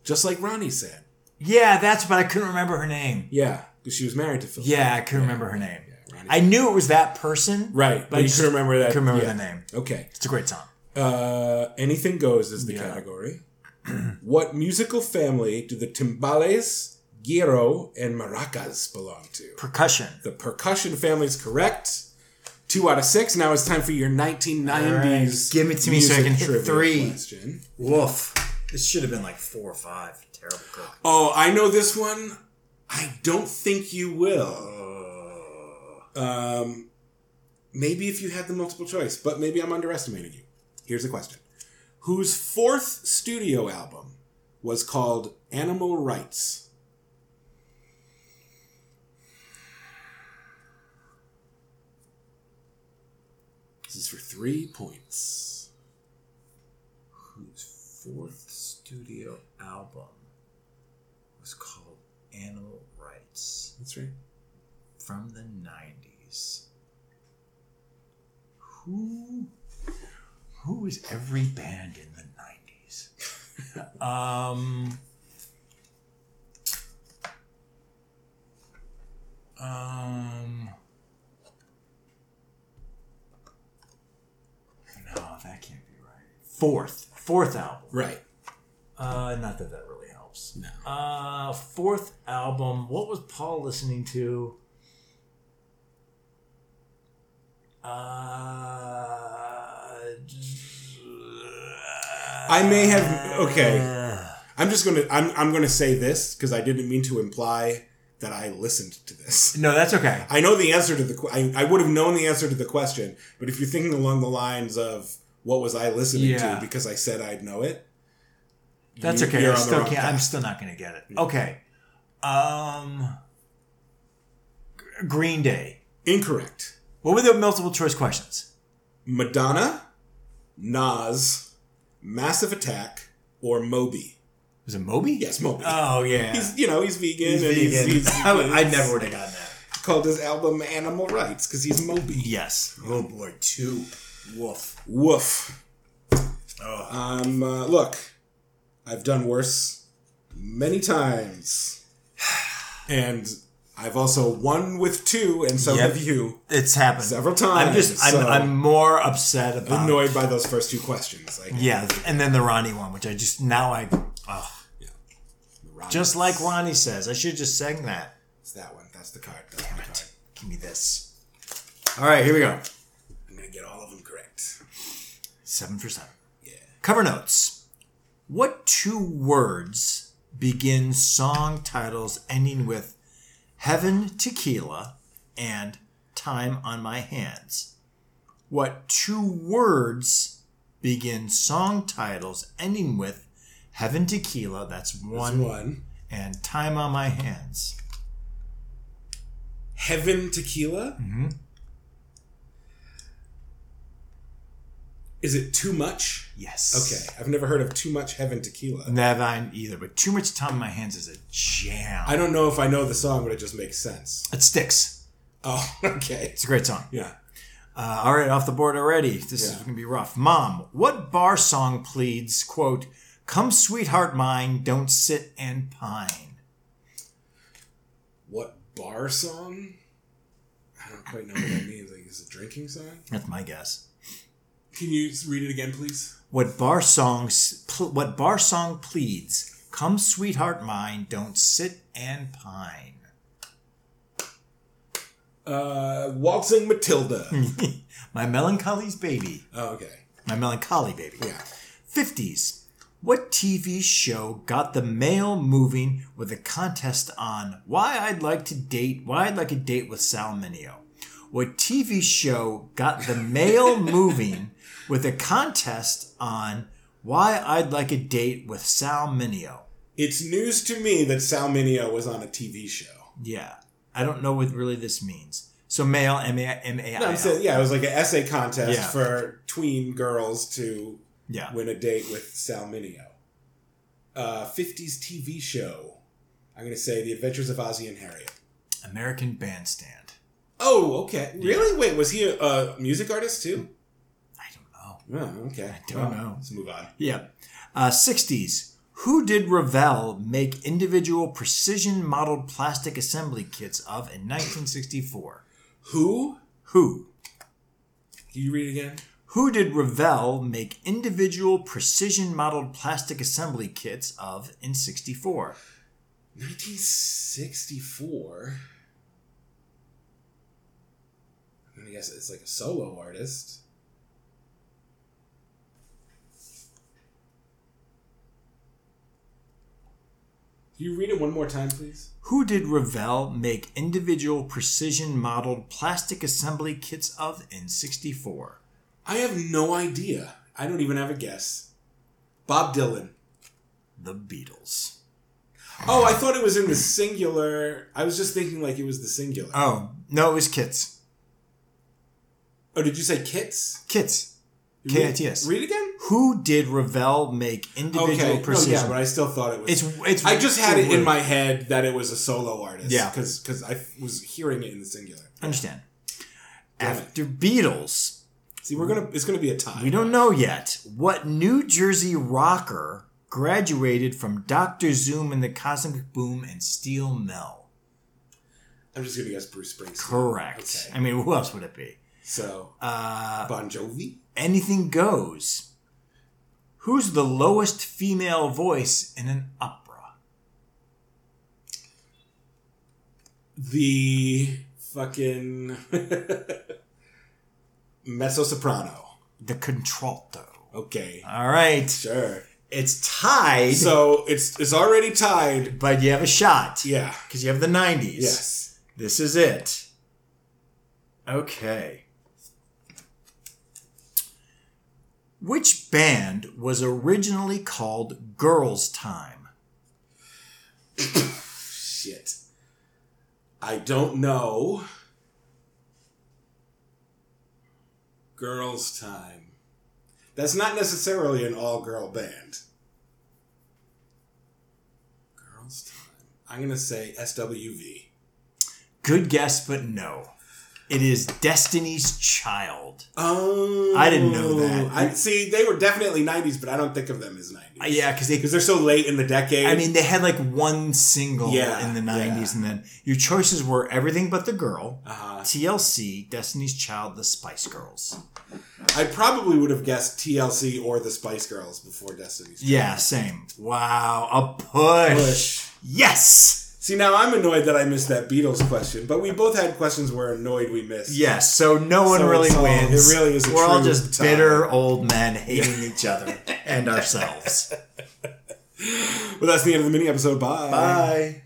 Speaker 1: Just like Ronnie said.
Speaker 2: Yeah, that's. But I couldn't remember her name.
Speaker 1: Yeah, because she was married to Phil.
Speaker 2: Yeah, I couldn't remember her name.
Speaker 1: Ronnie.
Speaker 2: I knew it was that person.
Speaker 1: Right, but
Speaker 2: I
Speaker 1: you
Speaker 2: just
Speaker 1: couldn't remember that-
Speaker 2: Couldn't remember
Speaker 1: yeah.
Speaker 2: the name.
Speaker 1: Okay.
Speaker 2: It's a great song.
Speaker 1: Uh, anything goes is the
Speaker 2: Yeah.
Speaker 1: category. (clears throat) what musical family do the timbales, guiro, and maracas belong to?
Speaker 2: Percussion.
Speaker 1: The percussion family is correct. Two out of six. Now it's time for your 1990s.
Speaker 2: All right, give it to me so I
Speaker 1: music
Speaker 2: can hit
Speaker 1: trivia
Speaker 2: three.
Speaker 1: question.
Speaker 2: Woof. This should have been like four or five. Terrible cook.
Speaker 1: Oh, I know this one. I don't think you will.
Speaker 2: Oh.
Speaker 1: Um, maybe if you had the multiple choice, but maybe I'm underestimating you. Here's a question Whose fourth studio album was called Animal Rights? This is for three points.
Speaker 2: whose fourth studio album was called Animal Rights
Speaker 1: That's right.
Speaker 2: from the 90s. Who who is every band in the 90s? (laughs) um um No, that can't be right. Fourth, fourth album.
Speaker 1: Right.
Speaker 2: Uh, not that that really helps.
Speaker 1: No.
Speaker 2: Uh, fourth album. What was Paul listening to? Uh,
Speaker 1: I may have. Okay. I'm just gonna. I'm. I'm gonna say this because I didn't mean to imply that I listened to this.
Speaker 2: No, that's okay.
Speaker 1: I know the answer to the. que- I, I would have known the answer to the question, but if you're thinking along the lines of what was I listening
Speaker 2: Yeah.
Speaker 1: to because I said I'd know it,
Speaker 2: That's
Speaker 1: you-
Speaker 2: okay.
Speaker 1: you're
Speaker 2: I
Speaker 1: on the
Speaker 2: still
Speaker 1: wrong
Speaker 2: can't. I'm
Speaker 1: path.
Speaker 2: still not going to get it. Okay. Um, G- Green Day.
Speaker 1: incorrect.
Speaker 2: What were the multiple choice questions?
Speaker 1: Madonna, Nas, Massive Attack, or Moby.
Speaker 2: Was it Moby?
Speaker 1: Yes, Moby.
Speaker 2: Oh yeah.
Speaker 1: He's you know he's vegan and he's,
Speaker 2: vegan.
Speaker 1: he's
Speaker 2: (laughs) I, would- I never would have gotten that.
Speaker 1: called his album Animal Rights because he's Moby.
Speaker 2: Yes. Oh boy, two. Woof.
Speaker 1: Woof.
Speaker 2: Oh.
Speaker 1: Um, uh, look, I've done worse many times, and I've also won with two, and so
Speaker 2: Yep.
Speaker 1: have you
Speaker 2: It's happened.
Speaker 1: several times.
Speaker 2: I'm just I'm,
Speaker 1: so
Speaker 2: I'm more upset about
Speaker 1: annoyed by those first two questions. Like,
Speaker 2: Uh, Yeah, and then the Ronnie one, which I just now I oh,
Speaker 1: Ronnie's-
Speaker 2: just like Ronnie says, I should have just sang that.
Speaker 1: it's that one. That's the card. That's my card.
Speaker 2: Give me this. All right, here we go.
Speaker 1: I'm gonna get all of them correct.
Speaker 2: Seven for seven. Cover notes. What two words begin song titles ending with Heaven Tequila and Time on My Hands? What two words begin song titles ending with Heaven Tequila? That's one.
Speaker 1: one.
Speaker 2: And Time on My Hands.
Speaker 1: Heaven Tequila?
Speaker 2: Mhm.
Speaker 1: Is it too much? Okay,
Speaker 2: Yes.
Speaker 1: I've never heard of too much Heaven Tequila.
Speaker 2: Never mind either, but too much time on my hands is a jam.
Speaker 1: I don't know if I know the song, but it just makes sense.
Speaker 2: it sticks.
Speaker 1: Oh, (laughs) okay.
Speaker 2: It's a great song.
Speaker 1: Yeah.
Speaker 2: Uh, all right, off the board already. This is
Speaker 1: Yeah.
Speaker 2: going to be rough. Mom, what bar song pleads, quote, Come, sweetheart mine, don't sit and pine?
Speaker 1: What bar song? I don't quite know what that means. Like, is it a drinking song?
Speaker 2: That's my guess.
Speaker 1: Can you read it again, please?
Speaker 2: What bar songs, pl- what bar song pleads, Come, sweetheart mine, don't sit and pine? (laughs)
Speaker 1: Uh, Waltzing Matilda.
Speaker 2: my melancholy's baby.
Speaker 1: oh, okay.
Speaker 2: My melancholy baby.
Speaker 1: Yeah.
Speaker 2: 50s. What TV show got the male moving with a contest on why I'd like to date, why I'd like a date with Sal Mineo? What TV show got the
Speaker 1: (laughs)
Speaker 2: male moving with a contest on why I'd like a date with Sal Mineo?
Speaker 1: It's news to me that Sal Mineo was on a TV show.
Speaker 2: Yeah. I don't know what really this means. So male, M-A-M-A-I-L.
Speaker 1: No, I'm saying, yeah, it was like an essay contest
Speaker 2: Yeah.
Speaker 1: for tween girls to
Speaker 2: yeah.
Speaker 1: win a date with Sal Mineo. Uh, 50s TV show. I'm going to say The Adventures of Ozzie and Harriet.
Speaker 2: American Bandstand.
Speaker 1: Oh, okay. Really? Wait, was he a, a music artist too?
Speaker 2: I don't know.
Speaker 1: Oh, okay.
Speaker 2: I don't know.
Speaker 1: Let's move on.
Speaker 2: Yeah. Uh, 60s. Who did Ravel make individual precision modeled plastic assembly kits of in 1964?
Speaker 1: Who?
Speaker 2: Who?
Speaker 1: Can you read it again?
Speaker 2: Who did Ravel make individual precision modeled plastic assembly kits of in 64?
Speaker 1: 1964. I mean, I guess it's like a solo artist. Can you read it one more time, please?
Speaker 2: Who did Ravel make individual precision modeled plastic assembly kits of in 64?
Speaker 1: I have no idea. I don't even have a guess. Bob Dylan.
Speaker 2: The Beatles.
Speaker 1: Oh, I thought it was in the singular. I was just thinking like it was the singular.
Speaker 2: Oh, no, it was kits.
Speaker 1: Oh, did you say kits?
Speaker 2: Kits.
Speaker 1: Read-
Speaker 2: K-I-T-S.
Speaker 1: Read again?
Speaker 2: Who did Ravel make individual
Speaker 1: Okay. No,
Speaker 2: precision?
Speaker 1: yeah, but I still thought it was.
Speaker 2: It's it's.
Speaker 1: I just had it in
Speaker 2: weird.
Speaker 1: my head that it was a solo artist.
Speaker 2: Yeah.
Speaker 1: because I f- was hearing it in the singular.
Speaker 2: understand.
Speaker 1: Damn it.
Speaker 2: After Beatles,
Speaker 1: See, we're gonna it's gonna be a tie.
Speaker 2: we don't know yet what New Jersey rocker graduated from Doctor Zoom and the Cosmic Boom and Steel Mill.
Speaker 1: I'm just gonna guess Bruce Springsteen.
Speaker 2: Correct.
Speaker 1: Okay.
Speaker 2: I mean, who else would it be?
Speaker 1: So
Speaker 2: Uh,
Speaker 1: Bon Jovi.
Speaker 2: anything goes. Who's the lowest female voice in an opera?
Speaker 1: The fucking (laughs) mezzo soprano.
Speaker 2: The contralto.
Speaker 1: Okay,
Speaker 2: All right,
Speaker 1: sure.
Speaker 2: it's tied,
Speaker 1: So it's it's already tied.
Speaker 2: but you have a shot.
Speaker 1: Yeah.
Speaker 2: Because you have the 90s.
Speaker 1: Yes.
Speaker 2: This is it. Okay. Which band was originally called Girls Time?
Speaker 1: Shit. I don't know. Girls' time. That's not necessarily an all girl band. Girls' time. I'm going to say SWV.
Speaker 2: Good guess, but no. It is Destiny's Child.
Speaker 1: Oh.
Speaker 2: I didn't know that.
Speaker 1: I See, they were definitely 90s, but I don't think of them as 90s.
Speaker 2: Uh, yeah, because they.
Speaker 1: Because they're so late in the decade.
Speaker 2: I mean, they had like one single
Speaker 1: Yeah,
Speaker 2: in the
Speaker 1: yeah.
Speaker 2: 90s, and then your choices were Everything But the Girl,
Speaker 1: uh,
Speaker 2: TLC, Destiny's Child, The Spice Girls.
Speaker 1: I probably would have guessed TLC or the Spice Girls before Destiny's Child.
Speaker 2: Yeah, same. Wow, a push.
Speaker 1: Push.
Speaker 2: Yes.
Speaker 1: See, now I'm annoyed that I missed that Beatles question, but we both had questions we're annoyed we missed.
Speaker 2: Yes, so no one
Speaker 1: So
Speaker 2: really
Speaker 1: it's all- it
Speaker 2: wins.
Speaker 1: really is a
Speaker 2: We're all
Speaker 1: true
Speaker 2: just
Speaker 1: tie.
Speaker 2: bitter old men hating
Speaker 1: (laughs)
Speaker 2: each other and ourselves.
Speaker 1: Well, that's the end of the mini episode. Bye.
Speaker 2: Bye.